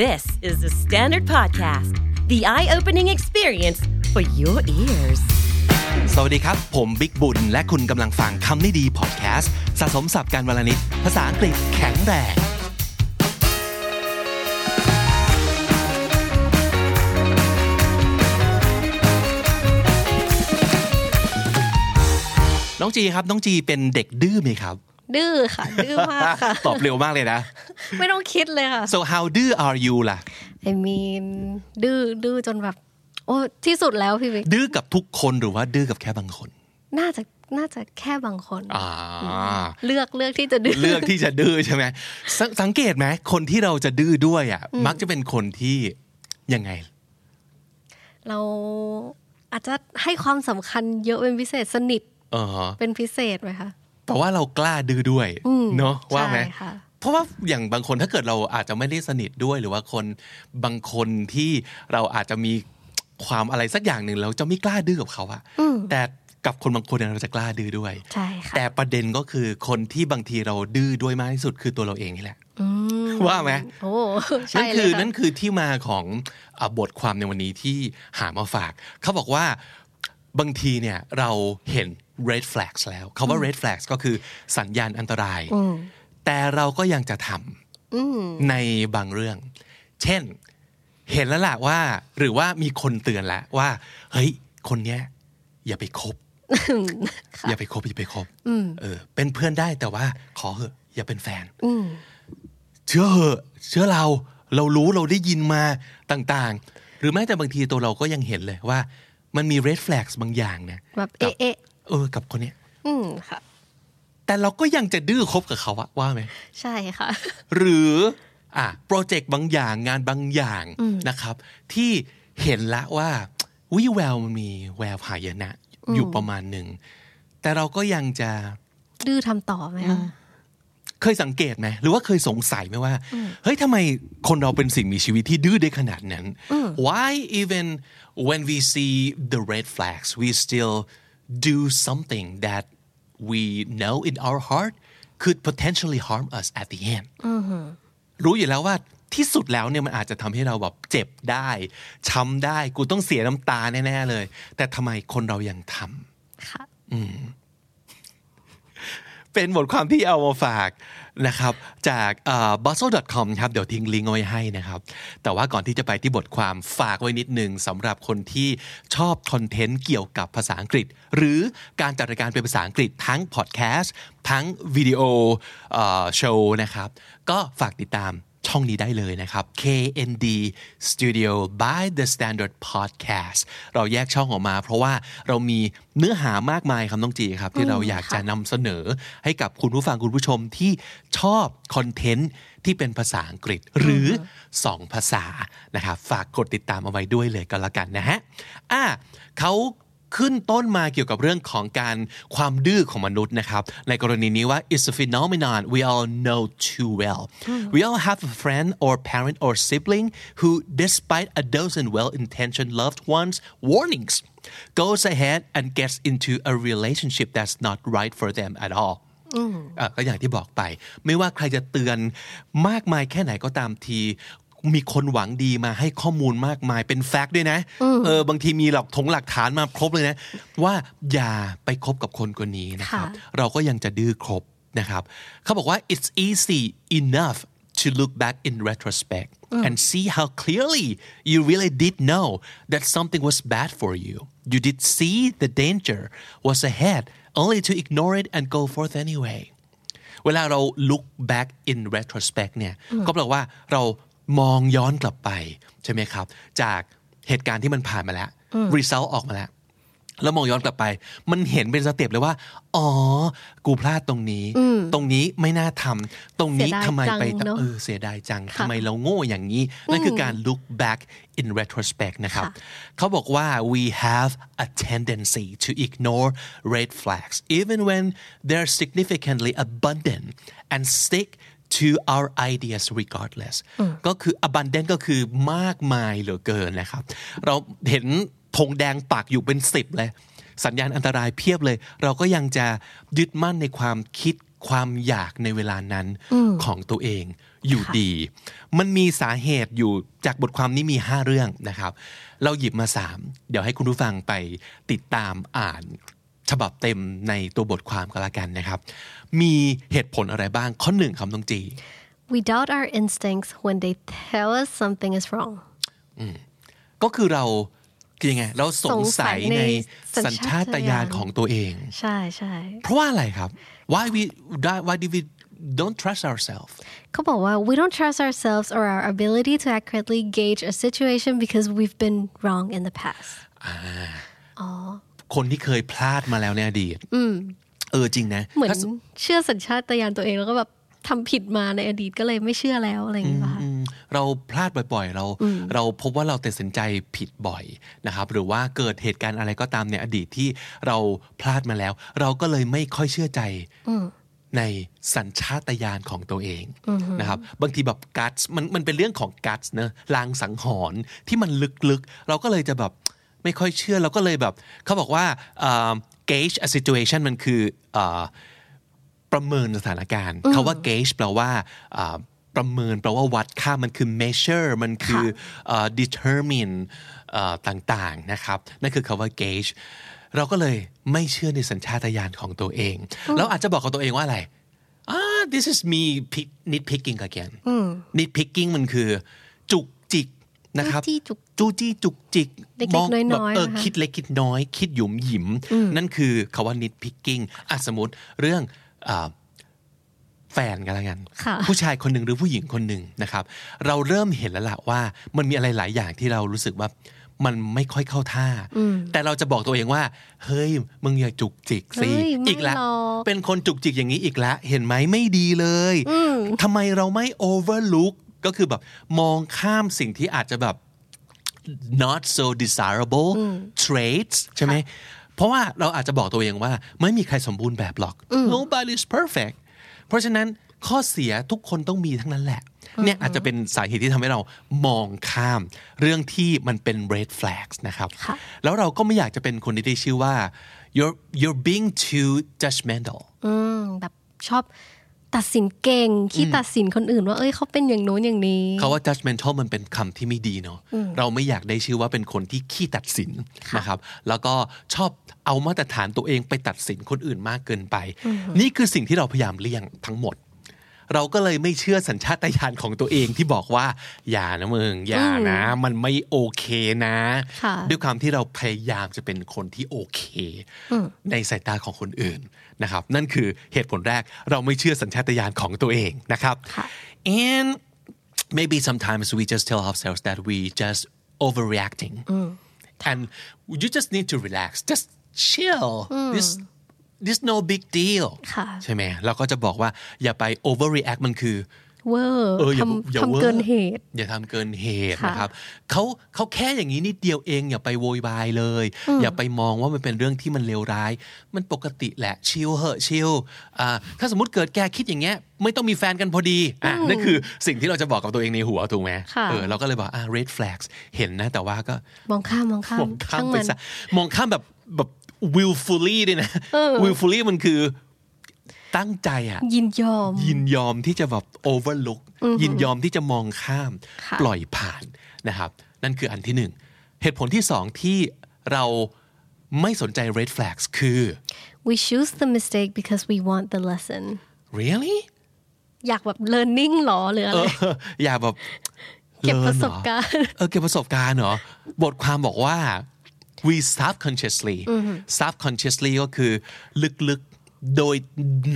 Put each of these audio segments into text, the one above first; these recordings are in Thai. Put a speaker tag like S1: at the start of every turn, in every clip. S1: This is the Standard Podcast, the eye opening experience for your ears.
S2: สวัสดีครับ ผมบิ๊กบุญ และคุณกำลังฟังคำนี้ดีพอดแคสต์สะสมสับการวลนิดภาษาอังกฤษแข็งแรง น้องจีครับ น้องจีเป็นเด็กดื้อไหมครับ
S3: ดื้อค่ะ ดื้อมากค่ะ
S2: ตอบเร็วมากเลยนะ
S3: ไม่ต้องคิดเลยค่ะ
S2: so how ดื้อ are you ล่ะ
S3: I mean ดื้อดื้อจนแบบ โอ้ที่สุดแล้วพี่วิก
S2: ดื้อกับทุกคนหรือว่าดื้อกับแค่บางคน
S3: น่าจะน่าจะแค่บางคน
S2: อ่า
S3: เลือกเลือกที่จะดื้อ
S2: เลือกที่จะดื้อใช่ไหมสงสังเกตไหมคนที่เราจะดื้อด้วยอ่ะ มักจะเป็นคนที่ยังไง
S3: เราอาจจะให้ความสำคัญเยอะเป็นพิเศษสนิท
S2: เออ
S3: เป็นพิเศษไหมคะ
S2: แต่ว่าเรากล้าดื้อด้วย
S3: อืม
S2: เนาะว่าไหม
S3: ใช่ค่ะ
S2: เพราะว่าอย่างบางคนถ้าเกิดเราอาจจะไม่ได้สนิทด้วยหรือว่าคนบางคนที่เราอาจจะมีความอะไรสักอย่างหนึ่งเราจะไม่กล้าดื้อกับเขาอะแต่กับคนบางคนเนี่ยเราจะกล้าดื้อด้วย
S3: ใช่ค่ะ
S2: แต่ประเด็นก็คือคนที่บางทีเราดื้อด้วยมากที่สุดคือตัวเราเองนี่แหละ
S3: อืม
S2: ว่าไหม
S3: โอ้ใช่
S2: นั่น
S3: เล
S2: คือย นั่นคือที่มาของอ่ะบทความในวันนี้ที่หามาฝาก เขาบอกว่าบางทีเนี่ยเราเห็น red flags แล้วคาว่า red flags ก็คือสัญญาณอันตราย
S3: อืม
S2: แต่เราก็ยังจะท
S3: อืม
S2: ำในบางเรื่อง เช่น เห็นแล้วล่ะว่า หรือว่ามีคนเตือนแล้วว่า เฮ้ย คนเนี้ยอย่าไปคบ
S3: ค่ะ
S2: อย่าไปคบอย่าไปคบ
S3: อืม
S2: เออ เป็นเพื่อนได้แต่ว่าขอเหอะอย่าเป็นแฟน
S3: อืม
S2: เชื่อเหอะเชื่อเรา เรารู้เราได้ยินมาต่างๆ หรือแม้แต่บางทีตัวเราก็ยังเห็นเลยว่า มันมี red flags บางอย่างนะ
S3: แบบเอะเอะ
S2: เออกับคนเนี้ย
S3: อืมค่ะ
S2: แต่เราก็ยังจะดื้อคบกับเขาอะว่าไหม
S3: ใช่ค่ะ
S2: หรืออ่ะโปรเจกต์บางอย่างงานบางอย่างนะครับ ที่เห็นละว่าวิแววมันมีแววหายนะอยู่ประมาณหนึ่ง แต่เราก็ยังจะ
S3: ดื้อทำต่อไหมคะ
S2: เคยสังเกตไหมหรือว่าเคยสงสัยไหมว่า เฮ้ยทำไมคนเราเป็นสิ่งมีชีวิตที่ดื้อได้ขนาดนั้น why even when we see the red flags we still do something that we know in our heart could potentially harm us at the end รู้อยู่แล้วว่าที่สุดแล้วเนี่ยมันอาจจะทำให้เราแบบเจ็บได้ช้ำได้กูต้องเสียน้ำตาแน่ๆเลย แต่ทำไมคนเรายังทำ
S3: ค่ะ
S2: เป็นบทความที่เอามาฝากนะครับ จากเอ่อ bustle.com ครับ เดี๋ยวทิ้งลิงก์เอาไว้ให้นะครับ แต่ว่าก่อนที่จะไปที่บทความฝากไว้นิดหนึ่งสำหรับคนที่ชอบคอนเทนต์เกี่ยวกับภาษาอังกฤษ หรือการจัดรายการเป็นภาษาอังกฤษทั้งพอดแคสต์ทั้งวิดีโอเอ่อโชว์นะครับ ก็ฝากติดตามช่องนี้ได้เลยนะครับ KND Studio by The Standard Podcast เราแยกช่องออกมา เพราะว่าเรามีเนื้อหามากมายครับน้องจีครับ ที่เราอยากจะนำเสนอให้กับคุณผู้ฟังคุณผู้ชมที่ชอบคอนเทนต์ที่เป็นภาษาอังกฤษหรือสองภาษานะครับฝากกดติดตามเอาไว้ด้วยเลยก็แล้วกันนะฮะอ่ะเขาขึ้นต้นมาเกี่ยวกับเรื่องของการความดื้อของมนุษย์นะครับ ในกรณีนี้ว่า it's a phenomenon we all know too well we all have a friend or parent or sibling who despite a dozen well-intentioned loved ones warnings goes ahead and gets into a relationship that's not right for them at all อ่ะก็อย่างที่บอกไป ไม่ว่าใครจะเตือนมากมายแค่ไหนก็ตามที มีคนหวังดีมาให้ข้อมูลมากมายเป็นแฟกต์ด้วยนะเออบางทีมีหลักถงหลักฐานมาครบเลยนะ ว่าอย่าไปคบกับคนคนนี้นะครับ
S3: ค่ะ
S2: เราก็ยังจะดื้อครบนะครับ เขาบอกว่า it's easy enough to look back in retrospect and see how clearly you really did know that something was bad for you you did see the danger was ahead only to ignore it and go forth anyway เวลาเรา look back in retrospect เนี่ย ก็แปลว่าเรามองย้อนกลับไป ใช่ไหมครับ จากเหตุการณ์ที่มันผ่านมาแล้ว result ออกมาแล้ว แล้วมองย้อนกลับไป มันเห็นเป็นสเต็ปเลยว่า อ๋อ กูพลาดตรงนี้ ตรงนี้ไม่น่าทำตรงนี้
S3: เสียดาย
S2: ทำไมไป
S3: จังเนอะ
S2: เออเสียดายจังทำไมเราโง่อย่างนี้ นั่นคือการ look back in retrospect นะครับ
S3: ค่ะ
S2: เขาบอกว่า we have a tendency to ignore red flags even when they're significantly abundant and stick to our ideas regardless ก็คือ abundant ก็คือมากมายเหลือเกินนะครับ เราเห็นธงแดงปักอยู่เป็นสิบเลย สัญญาณอันตรายเพียบเลย เราก็ยังจะยึดมั่นในความคิด ความอยากในเวลานั้นของตัวเองอยู่ดี มันมีสาเหตุอยู่จากบทความนี้มี 5 เรื่องนะครับ เราหยิบมา 3 เดี๋ยวให้คุณผู้ฟังไปติดตามอ่าน ฉบับเต็มในตัวบทความก็แล้วกันนะครับ มีเหตุผลอะไรบ้างข้อหนึ่งคำต้องจี
S3: We doubt our instincts when they tell us something is wrong.
S2: ก็คือเราคือยังไง เราสงสัย
S3: สงสัยใน
S2: ใน
S3: สั
S2: สัญ
S3: ญ
S2: ชา
S3: ชา
S2: ต
S3: ต
S2: ญา
S3: ญา
S2: ณ
S3: ณ
S2: ของตัวเอง
S3: ใช่ใช่
S2: เพราะว่าอะไรครับ why we why do we don't trust ourselves
S3: เขาบอกว่า we don't trust ourselves or our ability to accurately gauge a situation because we've been wrong in the past
S2: คนที่เคยพลาดมาแล้วในอดีตเออจริงนะ
S3: เหมือน
S2: ถ้าสม
S3: เชื่อสัญชาตญาณตัวเองแล้วก็แบบทำผิดมาในอดีตก็เลยไม่เชื่อแล้วอะไรอย่างเงี้ยป่ะคะ
S2: เราพลาดบ่อยๆ เรา เราพบว่าเราตัดสินใจผิดบ่อยนะครับ หรือว่าเกิดเหตุการณ์อะไรก็ตามในอดีตที่เราพลาดมาแล้ว เราก็เลยไม่ค่อยเชื่อใจในสัญชาตญาณของตัวเองนะครับ บางทีแบบกัตมันมันเป็นเรื่องของกัตเนอะลางสังหรณ์ที่มันลึกๆ เราก็เลยจะแบบ ไม่ค่อยเชื่อเราก็เลยแบบ เขาบอกว่าเอ่อ gauge a situation มันคือเอ่อ ประเมินสถานการณ์คาว่า gauge แปลว่าอ่าประเมินแปลว่าวัดค่ามันคือ measure มันคือเอ่อ determine เอ่อต่างๆนะครับ นั่นคือคาว่า gauge เราก็เลยไม่เชื่อในสัญชาตญาณของตัวเอง แล้วอาจจะบอกกับตัวเองว่าอะไรอ่า this is me pick- nitpicking again nitpicking มันคือ จุกจิกนะครับ
S3: จู้จี้จุก
S2: จู้จี้จุกจิก
S3: เล็กๆน้อย
S2: แบ
S3: ๆ
S2: บเออ
S3: นะคะ
S2: คิดเล็กคิดน้อย คิดหยุมหยิม นั่นคือคาว่า nitpicking อ่ะสมมติเรื่องอ่า แฟนกันละกัน
S3: ค่ะ
S2: ผู้ชายคนหนึ่งหรือผู้หญิงคนหนึ่งนะครับ เราเริ่มเห็นแล้วล่ะว่ามันมีอะไรหลายอย่างที่เรารู้สึกว่ามันไม่ค่อยเข้าท่า แต่เราจะบอกตัวเองว่า เฮ้ย มึงอย่าจุกจิกสิ
S3: เฮ้ยไม่
S2: อีกละ
S3: หรอก
S2: เป็นคนจุกจิกอย่างนี้อีกละเห็นไหมไม่ดีเลยทำไมเราไม่ overlook ก็คือแบบมองข้ามสิ่งที่อาจจะแบบ not so desirable traits ใช่ไหม เพราะว่าเราอาจจะบอกตัวเองว่า ไม่มีใครสมบูรณ์แบบหรอก nobody is perfect เพราะฉะนั้นข้อเสียทุกคนต้องมีทั้งนั้นแหละ เนี่ยอาจจะเป็นสาเหตุที่ทำให้เรามองข้ามเรื่องที่มันเป็น red flags นะครับ
S3: ค่ะ
S2: แล้วเราก็ไม่อยากจะเป็นคนที่ได้ชื่อว่า you're you're being too judgmental
S3: อืมแบบชอบตัดสินเก่งที่ตัดสินคนอื่นว่าเอ้ยเขาเป็นอย่างโน้นอย่างนี้
S2: เขาว่า judgmental มันเป็นคำที่ไม่ดีเนาะเราไม่อยากได้ชื่อว่าเป็นคนที่ขี้ตัดสินนะครับ แล้วก็ชอบเอามาตรฐานตัวเองไปตัดสินคนอื่นมากเกินไป นี่คือสิ่งที่เราพยายามเลี่ยงทั้งหมด เราก็เลยไม่เชื่อสัญชาตญาณของตัวเองที่บอกว่า อย่านะมึงอย่านะ มันไม่โอเคนะ
S3: ค่ะ
S2: ด้วยความที่เราพยายามจะเป็นคนที่โอเค ในสายตาของคนอื่นนะครับ นั่นคือเหตุผลแรกเราไม่เชื่อสัญชาตญาณของตัวเองนะครับ and maybe sometimes we just tell ourselves that we just overreacting and you just need to relax just chill this this no big deal
S3: ค่ะ
S2: ใช่ไหมเราก็จะบอกว่าอย่าไป overreact มันคือ
S3: เวอร์
S2: เอออย่า
S3: ทำ
S2: อย่า
S3: ทำ
S2: วอร์
S3: เกินเหตุ
S2: อย่าทำเกินเหตุ
S3: ค่ะ
S2: นะครับเขาเขาแค่อย่างนี้นิดเดียวเอง อย่าไปโวยวายเลย อย่าไปมองว่ามันเป็นเรื่องที่มันเลวร้าย มันปกติแหละชิลเหอะชิลอ่าถ้าสมมติเกิดแกคิดอย่างเงี้ยไม่ต้องมีแฟนกันพอดีอ่ะนั่นคือสิ่งที่เราจะบอกกับตัวเองในหัวถูกไหม
S3: ค่ะ
S2: เออเราก็เลยบอกอ่ะ red flags เห็นนะแต่ว่าก็
S3: มองข้ามมองข้าม
S2: มองข้าม
S3: ช่าง
S2: ไป
S3: มัน
S2: ซะมองข้ามแบบแบบ willfully ด้วยนะ willfully มันคือตั้งใจอ่ะ
S3: ยินยอม
S2: ยินยอมที่จะแบบ overlook ยินยอมที่จะมองข้าม
S3: ค่ะ
S2: ปล่อยผ่านนะครับ นั่นคืออันที่หนึ่ง เหตุผลที่สองที่เราไม่สนใจ red flags คือ
S3: we choose the mistake because we want the lesson
S2: really
S3: อยากแบบ learning หรอหรืออะไร
S2: เอออย่าแบบ
S3: เก็บ
S2: ลินหอ
S3: ประสบการณ์
S2: เออเก็บประสบการณ์เหรอ บทความบอกว่า we subconsciously subconsciously ก็คือลึกๆ โดย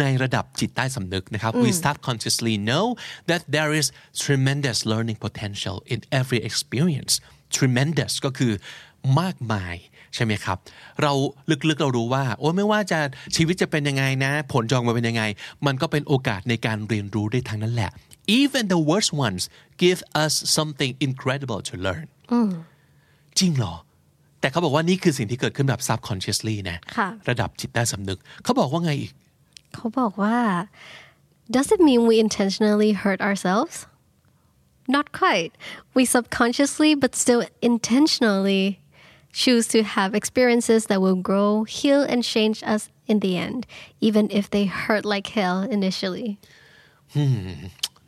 S2: ในระดับจิตใต้สำนึกนะครับ we subconsciously know that there is tremendous learning potential in every experience tremendous ก็คือมากมาย ใช่ไหมครับ เราลึกๆเรารู้ว่า โอ้ไม่ว่าจะชีวิตจะเป็นยังไงนะ ผลจองมาเป็นยังไง มันก็เป็นโอกาสในการเรียนรู้ได้ทั้งนั้นแหละ even the worst ones give us something incredible to learn
S3: Mm.
S2: จริงเหรอ แต่เขาบอกว่านี่คือสิ่งที่เกิดขึ้นแบบ subconsciously นะ
S3: ค่ะ
S2: ระดับจิตใต้สำนึก เขาบอกว่าไงอีก
S3: เขาบอกว่า does it mean we intentionally hurt ourselves not quite we subconsciously but still intentionally choose to have experiences that will grow, heal, and change us in the end, even if they hurt like hell initially.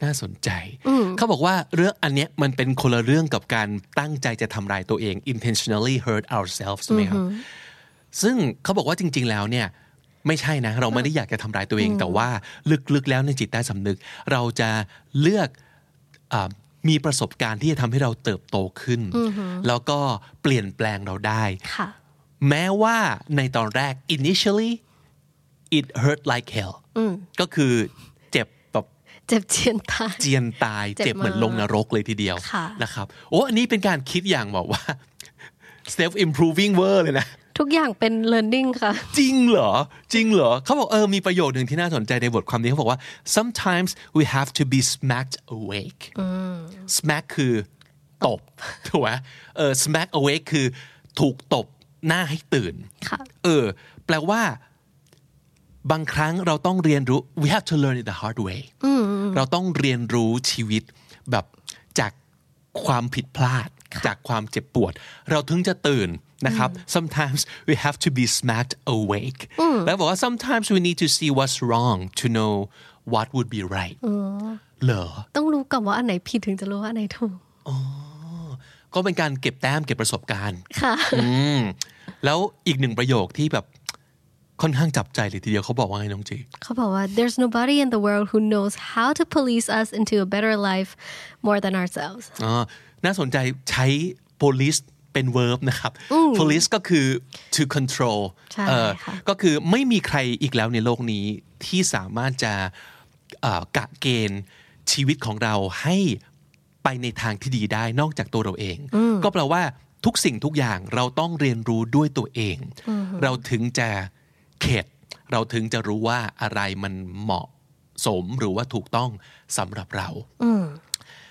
S2: น่าสนใจ เขาบอกว่าเรื่องอันเนี้ยมันเป็นคนละเรื่องกับการตั้งใจจะทำร้ายตัวเอง intentionally hurt ourselves ใช่ไหมครับ ซึ่งเขาบอกว่าจริง ๆ แล้วเนี่ย ไม่ใช่นะ เราไม่ได้อยากจะทำร้ายตัวเอง แต่ว่าลึก ๆ แล้วในจิตใต้สำนึก เราจะเลือกเออมีประสบการณ์ที่จะทำให้เราเติบโตขึ้น แล้วก็เปลี่ยนแปลงเราได้
S3: ค่ะ
S2: แม้ว่าในตอนแรก initially it hurt like hell ก็คือเจ็บแบบ
S3: เจ็บเจียนตาย
S2: เจียนตาย
S3: เจ็
S2: เจ็บบ เหมือนลงนรกเลยทีเดียว
S3: ค่ะ
S2: นะครับโอ้อันนี้เป็นการคิดอย่างแบบว่า self improving เวอร์เลยนะ
S3: ทุกอย่างเป็น learning ค่ะ
S2: จริงเหรอ จริงเหรอ เขาบอกเออมีประโยชน์หนึ่งที่น่าสนใจในบทความนี้เขาบอกว่า sometimes we have to be smacked awake smack คือตบ ถูกไหมเออ smack awake คือถูกตบหน้าให้ตื่น
S3: ค่ะ
S2: เออ แปลว่า บางครั้งเราต้องเรียนรู้ we have to learn it the hard way เราต้องเรียนรู้ชีวิตแบบจากความผิดพลาด จากความเจ็บปวด เราถึงจะตื่นนะครับ sometimes we have to be smacked awake แล้วบอกว่า sometimes we need to see what's wrong to know what would be right เหรอ
S3: ต้องรู้ก่อนว่าอันไหนผิดถึงจะรู้ว่าอันไหนถูก
S2: ก็เป็นการเก็บแต้มเก็บประสบการณ์
S3: ค่ะ
S2: อืม แล้วอีกหนึ่งประโยคที่แบบค่อนข้างจับใจเลยทีเดียวเขาบอกว่าไงน้องจี
S3: เขาบอกว่า there's nobody in the world who knows how to police us into a better life more than ourselves
S2: อ่าน่าสนใจใช้ police เป็น verb นะครับ police ก็คือ to control
S3: ใช่
S2: เอ่อ
S3: ค่ะ
S2: ก็คือไม่มีใครอีกแล้วในโลกนี้ที่สามารถจะเอ่อกะเกณฑ์ชีวิตของเราให้ไปในทางที่ดีได้นอกจากตัวเราเอง ก็แปลว่าทุกสิ่งทุกอย่างเราต้องเรียนรู้ด้วยตัวเอง เราถึงจะเข็ดเราถึงจะรู้ว่าอะไรมันเหมาะสมหรือว่าถูกต้องสำหรับเรา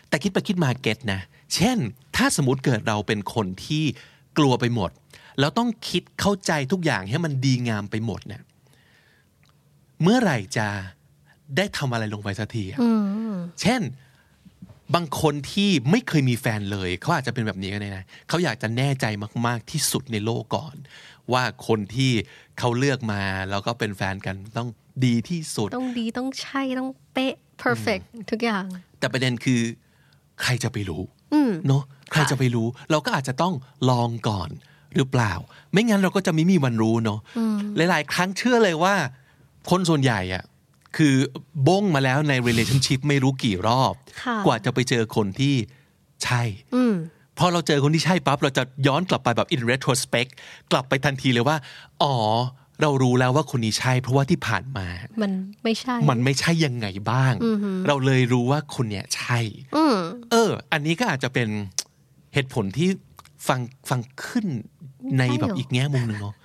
S2: แต่คิดไปคิดมาเก็ตนะ เช่น ถ้าสมมติเกิดเราเป็นคนที่กลัวไปหมด แล้วต้องคิดเข้าใจทุกอย่างให้มันดีงามไปหมดเนี่ยเมื่อไหร่จะได้ทำอะไรลงไปสักทีอะเช่น บางคนที่ไม่เคยมีแฟนเลย เขาอาจจะเป็นแบบนี้ก็ได้นะเขาอยากจะแน่ใจมาก ๆ ที่สุดในโลกก่อน ว่าคนที่เขาเลือกมาแล้วก็เป็นแฟนกันต้องดีที่สุด
S3: ต้องดีต้องใช่ต้องเป๊ะ perfect ทุกอย่าง
S2: แต่ประเด็นคือใครจะไปรู้เนาะใครจะไปรู้ เราก็อาจจะต้องลองก่อนหรือเปล่า ไม่งั้นเราก็จะไม่มีวันรู้เนาะหลายๆ ครั้งเชื่อเลยว่า คนส่วนใหญ่อะคือบงมาแล้วใน relationship ไม่รู้กี่รอบ
S3: ค่ะ
S2: กว่าจะไปเจอคนที่ใช่พอเราเจอคนที่ใช่ปั๊บเราจะย้อนกลับไปแบบ in retrospect กลับไปทันทีเลยว่า อ๋อ เรารู้แล้วว่าคนนี้ใช่ เพราะว่าที่ผ่านมา
S3: มันไม่ใช่
S2: มันไม่ใช่ยังไงบ้าง เราเลยรู้ว่าคนเนี่ยใช่เออ อันนี้ก็อาจจะเป็นเหตุผลที่ฟังฟังขึ้นใน
S3: ใช่เหรอ
S2: แบบอีกแง่มุมหนึ่งเนาะ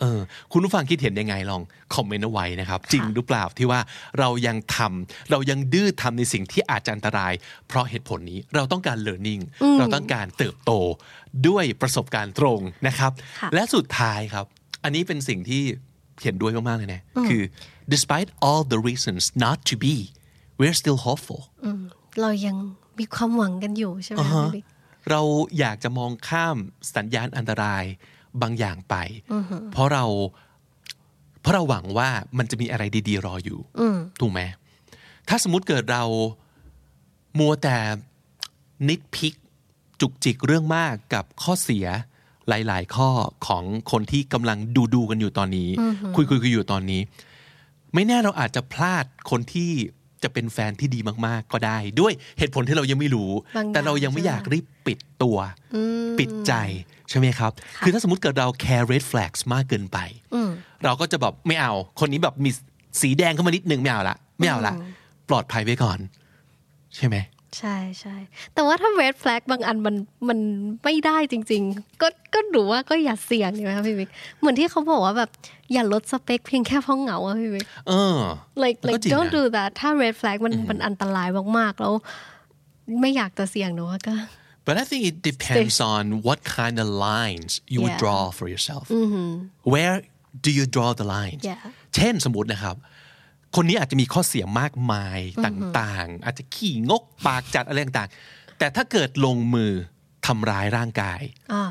S2: เออ คุณผู้ฟังคิดเห็นยังไงลองคอมเมนต์เอาไว้นะครับ จริงหรือเปล่าที่ว่าเรายังทำเรายังดื้อทำในสิ่งที่อาจจะอันตราย เพราะเหตุผลนี้เราต้องการ learning เราต้องการเติบโตด้วยประสบการณ์ตรงนะครับ และสุดท้ายครับ อันนี้เป็นสิ่งที่เห็นด้วยมากๆเลยนะคือ despite all the reasons not to be we're still hopeful
S3: เรายังมีความหวังกันอยู่ใช่ไหม Maybe
S2: เราอยากจะมองข้ามสัญญาณอันตรายบางอย่างไป เพราะเรา เพราะเราหวังว่ามันจะมีอะไรดี ๆ รออยู่ถูกไหม ถ้าสมมติเกิดเรามัวแต่นิดพิก จุกจิกเรื่องมากกับข้อเสียหลาย ๆ ข้อของคนที่กำลังดูดูๆกันอยู่ตอนนี้ คุยคุยๆกันอยู่ตอนนี้ ไม่แน่เราอาจจะพลาดคนที่จะเป็นแฟนที่ดีมาก ๆ ก็ได้ ด้วยเหตุผลที่เรายังไม่รู้
S3: บางอย่าง
S2: แต่เรายังไม่
S3: ใช่
S2: อ
S3: ไหม
S2: ยากรีบปิดตัว ปิดใจใช่ไหมครับ คือถ้าสมมติเกิดเรา care red flags มากเกินไป เราก็จะแบบไม่เอา คนนี้แบบมีสีแดงเข้ามานิดนึงไม่เอาละไม่เอาละปลอดภัยไว้ก่อน ใช่ไหม
S3: ใช่ใช่แต่ว่าถ้า red flag บางอันมันมันไม่ได้จริง ๆ ก็ก็หนูว่าก็อย่าเสี่ยงดีไหมคะพี่บิ๊กเหมือนที่เขาบอกว่าแบบอย่าลดสเปคเพียงแค่เพราะเหงาอะพี่บิ๊ก
S2: เออ
S3: like
S2: มันก็
S3: like
S2: จริงนะ
S3: don't do that ถ้า red flag มันมันอันตรายมากๆแล้ว ไม่อยากจะเสี่ยงหนูว่าก็
S2: But I think it depends on what kind of lines you would
S3: Yeah.
S2: draw for yourself. Where do you draw the lines?
S3: Yeah.
S2: เช่นสมมตินะครับ คนนี้อาจจะมีข้อเสียมากมายต่างๆ อาจจะขี้งกปากจัดอะไรต่างๆ แต่ถ้าเกิดลงมือทำร้ายร่างกาย
S3: อ่า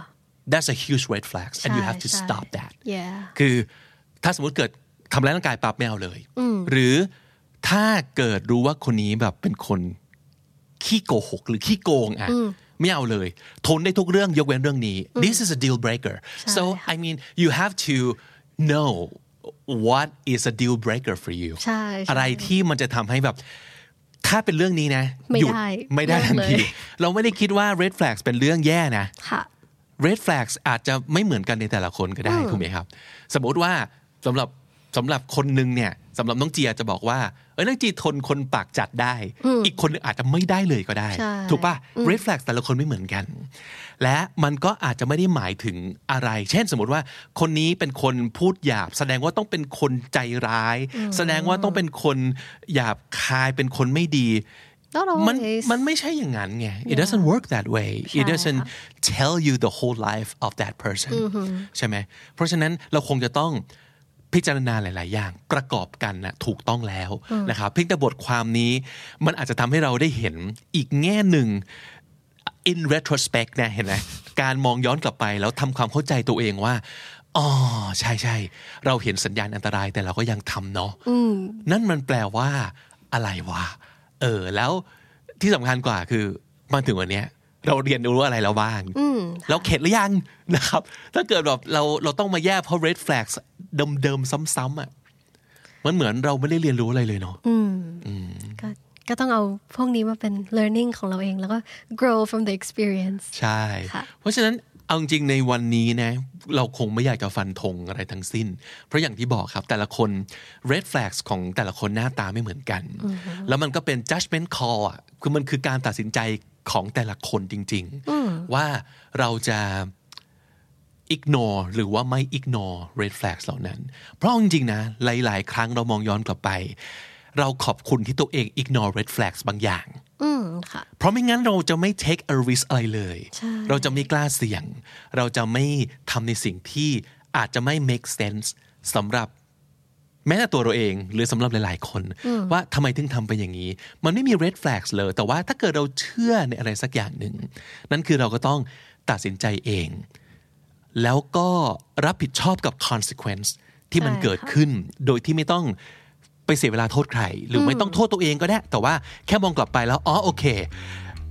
S2: that's a huge red flag and you have to
S3: ใช่
S2: stop that
S3: yeah
S2: คือถ้าสมมติเกิดทำร้ายร่างกายปรับไม่เอาเลย หรือถ้าเกิดรู้ว่าคนนี้แบบเป็นคนขี้โกหกหรือขี้โกงอ่ะไม่เอาเลย ทนได้ทุกเรื่องยกเว้นเรื่องนี้ this is a deal breaker so I mean you have to know what is a deal breaker for you
S3: ใช่ใช่
S2: อะไรที่มันจะทำให้แบบ ถ้าเป็นเรื่องนี้นะ
S3: ไม่
S2: หยุ
S3: ได้
S2: ไม่ได้ทันที
S3: เลิกเลย
S2: เราไม่ได้คิดว่า red flags เป็นเรื่องแย่นะ
S3: ค่ะ
S2: red flags อาจจะไม่เหมือนกันในแต่ละคนก็ได้ถูกไหมครับ สมมติว่าสำหรับสำหรับคนหนึ่งเนี่ยสำหรับน้องเจียจะบอกว่าเออน้องจีทนคนปากจัดได้ อีกคนหนึงอาจจะไม่ได้เลยก็ได้
S3: ใช่
S2: ถูกปะ red flags แต่ละคนไม่เหมือนกัน และมันก็อาจจะไม่ได้หมายถึงอะไร เช่นสมมติว่าคนนี้เป็นคนพูดหยาบ แสดงว่าต้องเป็นคนใจร้าย แสดงว่าต้องเป็นคนหยาบคายเป็นคนไม่ดี
S3: Not
S2: มัน
S3: always
S2: มันไม่ใช่อย่างนั้นไง it doesn't work that way it doesn't tell you the whole life of that person ใช่ไหม เพราะฉะนั้นเราคงจะต้องพิจารณาหลาย ๆ อย่างประกอบกันนะถูกต้องแล้วนะครับเพียงแต่บทความนี้ มันอาจจะทำให้เราได้เห็นอีกแง่หนึ่ง in retrospect นะเห็นไหมการมองย้อนกลับไปแล้วทำความเข้าใจตัวเองว่า อ๋อ ใช่ใช่เราเห็นสัญญาณอันตรายแต่เราก็ยังทำเนาะนั่นมันแปลว่า อะไรวะ เออ แล้วที่สำคัญกว่าคือมาถึงวันเนี้ย เราเรียนรู้อะไรแล้วบ้าง เราเข็ดหรือยังนะครับ ถ้าเกิดแบบเราเราต้องมาแย่เพราะ red flags เดิมๆ ซ้ำๆอ่ะมันเหมือนเราไม่ได้เรียนรู้อะไรเลยเนาะ
S3: ก็ก็ต้องเอาพวกนี้มาเป็น learning ของเราเองแล้วก็ grow from the experience
S2: ใช่
S3: ค่ะ
S2: เพราะฉะนั้นเอาจริงๆในวันนี้นะเราคงไม่อยากจะฟันธงอะไรทั้งสิ้น เพราะอย่างที่บอกครับแต่ละคน red flags ของแต่ละคนหน้าตาไม่เหมือนกัน แล้วมันก็เป็น judgment call อ่ะคือมันคือการตัดสินใจของแต่ละคนจริงๆ ว่าเราจะ ignore หรือว่าไม่ ignore red flags เหล่านั้น เพราะเอาจริงๆนะ หลาย ๆ ครั้งเรามองย้อนกลับไป เราขอบคุณที่ตัวเอง ignore red flags บางอย่าง
S3: อืมค่ะ
S2: เพราะไม่งั้นเราจะไม่ take a risk อะไรเลย
S3: ใช่
S2: เราจะไม่กล้าเสี่ยง เราจะไม่ทำในสิ่งที่อาจจะไม่ make sense สำหรับแม้แต่ตัวเราเอง หรือสำหรับหลาย ๆ คน ว่าทำไมถึงทำไปนอย่างนี้ มันไม่มี red flags เลย แต่ว่าถ้าเกิดเราเชื่อในอะไรสักอย่างหนึ่ง นั่นคือเราก็ต้องตัดสินใจเอง แล้วก็รับผิดชอบกับ consequence ที่มัน
S3: ใช่
S2: เกิด
S3: ค่ะ
S2: ขึ้น โดยที่ไม่ต้องไปเสียเวลาโทษใคร หรือไม่ต้องโทษตัวเองก็ได้ แต่ว่าแค่มองกลับไปแล้ว อ๋อ โอเค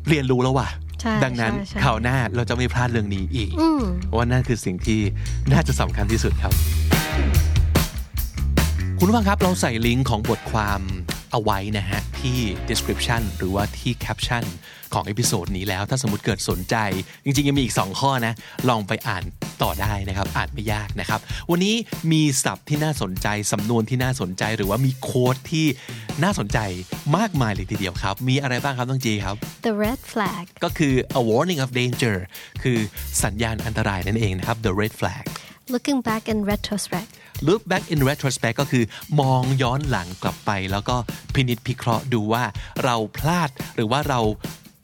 S2: เรียนรู้แล้วว่ะ
S3: ใช่
S2: ดังนั้น
S3: ใช่ใช่
S2: คราวหน้าเราจะไม่พลาดเรื่องนี้อีกว่านั่นคือสิ่งที่น่าจะสำคัญที่สุดครับ คุณผู้ฟังครับ เราใส่ลิงก์ของบทความเอาไว้นะฮะ ที่ description หรือว่าที่ caption ของเอพิโซดนี้แล้ว ถ้าสมมติเกิดสนใจ จริงๆ ยังมีอีก 2 ข้อนะ ลองไปอ่านต่อได้นะครับ อ่านไม่ยากนะครับ วันนี้มีศัพท์ที่น่าสนใจ สำนวนที่น่าสนใจ หรือว่ามีโค้ดที่น่าสนใจมากมายเลยทีเดียวครับ มีอะไรบ้างครับต้องจีครับ
S3: the red flag
S2: ก็คือ a warning of danger คือสัญญาณอันตรายนั่นเองนะครับ the red flag
S3: looking back in retrospect
S2: look back in retrospect ก็คือมองย้อนหลังกลับไป แล้วก็พินิจพิเคราะห์ดูว่าเราพลาดหรือว่าเรา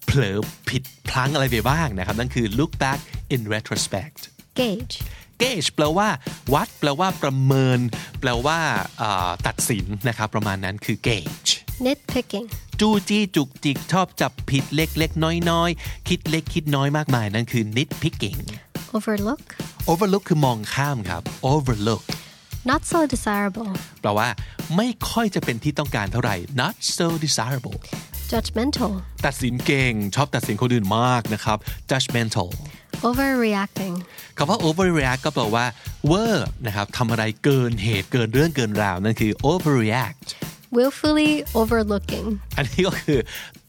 S2: เผลอผิดพลั้งอะไรไปบ้างนะครับ นั่นคือ look back in retrospect
S3: gauge
S2: gauge แปลว่า วัด แปลว่าประเมิน แปลว่าเอ่อตัดสินนะครับ ประมาณนั้นคือ gauge
S3: nitpicking
S2: จู้จี้จุกจิกชอบจับผิดเล็ก ๆ น้อยๆ คิดเล็กคิดน้อยมากมาย นั่นคือ nitpicking
S3: overlook
S2: overlook คือมองข้ามครับ overlook
S3: not so desirable
S2: แปลว่าไม่ค่อยจะเป็นที่ต้องการเท่าไหร่ not so desirable
S3: judgmental
S2: ตัดสินเก่ง ชอบตัดสินคนอื่นมากนะครับ judgmental
S3: overreacting
S2: คำว่า overreact ก็แปลว่าเวอร์นะครับทำอะไรเกินเหตุเกินเรื่องเกินราว นั่นคือ overreact
S3: willfully overlooking
S2: อันนี้ก็คือ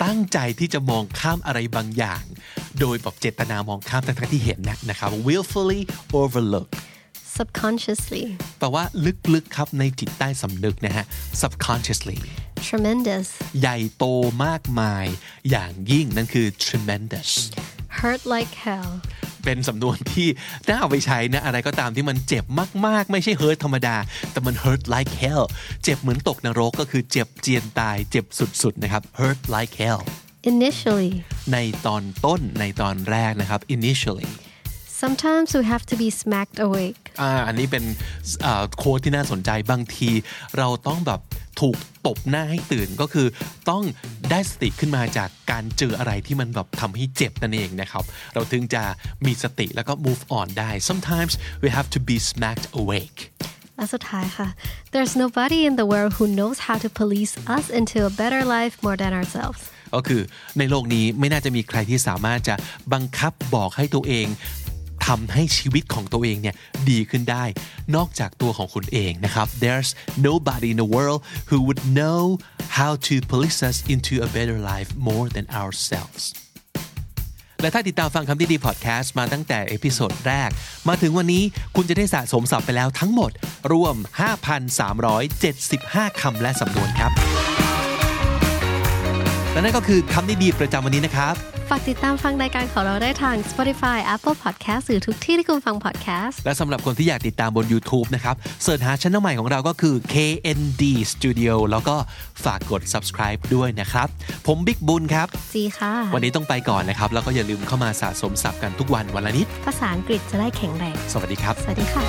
S2: ตั้งใจที่จะมองข้ามอะไรบางอย่าง โดยแบบเจตนามองข้ามทั้งๆที่เห็นนะนะครับ willfully overlook
S3: subconsciously
S2: แปลว่าลึกๆครับในจิตใต้สำนึกนะฮะ subconsciously
S3: tremendous
S2: ใหญ่โตมากมายอย่างยิ่งนั่นคือ tremendous
S3: hurt like hell
S2: เป็นสำนวนที่น่าเอาไปใช้นะอะไรก็ตามที่มันเจ็บมากๆ ไม่ใช่ hurt ธรรมดา แต่มัน hurt like hell เจ็บเหมือนตกนรกก็คือเจ็บเจียนตายเจ็บสุดๆนะครับ hurt like hell
S3: initially
S2: ในตอนต้นในตอนแรกนะครับ initially
S3: sometimes we have to be smacked awake
S2: อ่าอันนี้เป็นเอ่อโค้ดที่น่าสนใจบางที เราต้องแบบ ถูกตบหน้าให้ตื่นก็คือต้องได้สติขึ้นมาจากการเจออะไรที่มันแบบทำให้เจ็บนั่นเองนะครับ เราถึงจะมีสติแล้วก็ move on ได้ sometimes we have to be smacked awake
S3: และสุดท้ายค่ะ there's nobody in the world who knows how to police us into a better life more than ourselves
S2: ก็คือในโลกนี้ไม่น่าจะมีใครที่สามารถจะบังคับบอกให้ตัวเองทำให้ชีวิตของตัวเองเนี่ยดีขึ้นได้ นอกจากตัวของคุณเองนะครับ There's nobody in the world who would know how to police us into a better life more than ourselves และถ้าติดตามฟังคำที่ดีพอดแคสต์มาตั้งแต่เอพิโซดแรก มาถึงวันนี้คุณจะได้สะสมศัพท์ไปแล้วทั้งหมด รวม 5,375 คำและสำนวนครับ และนั่นก็คือคำนิดีประจำวันนี้นะครับ
S3: ฝากติดตามฟังรายการของเราได้ทาง Spotify Apple Podcast หรือทุกที่ที่คุณฟัง podcast
S2: และสำหรับคนที่อยากติดตามบน YouTube นะครับเสิร์ชหาช่องใหม่ของเราก็คือ KND Studio แล้วก็ฝากกด subscribe ด้วยนะครับ ผมบิ๊กบุญครับ
S3: จีค่ะ
S2: วันนี้ต้องไปก่อนนะครับ แล้วก็อย่าลืมเข้ามาสะสมศัพท์กันทุกวันวันละนิด
S3: ภาษาอังกฤษจะได้แข็งแรง
S2: สวัสดีครับ
S3: สวัสดีค่ะ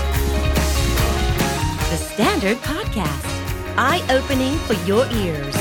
S1: The Standard Podcast, eye opening for your ears.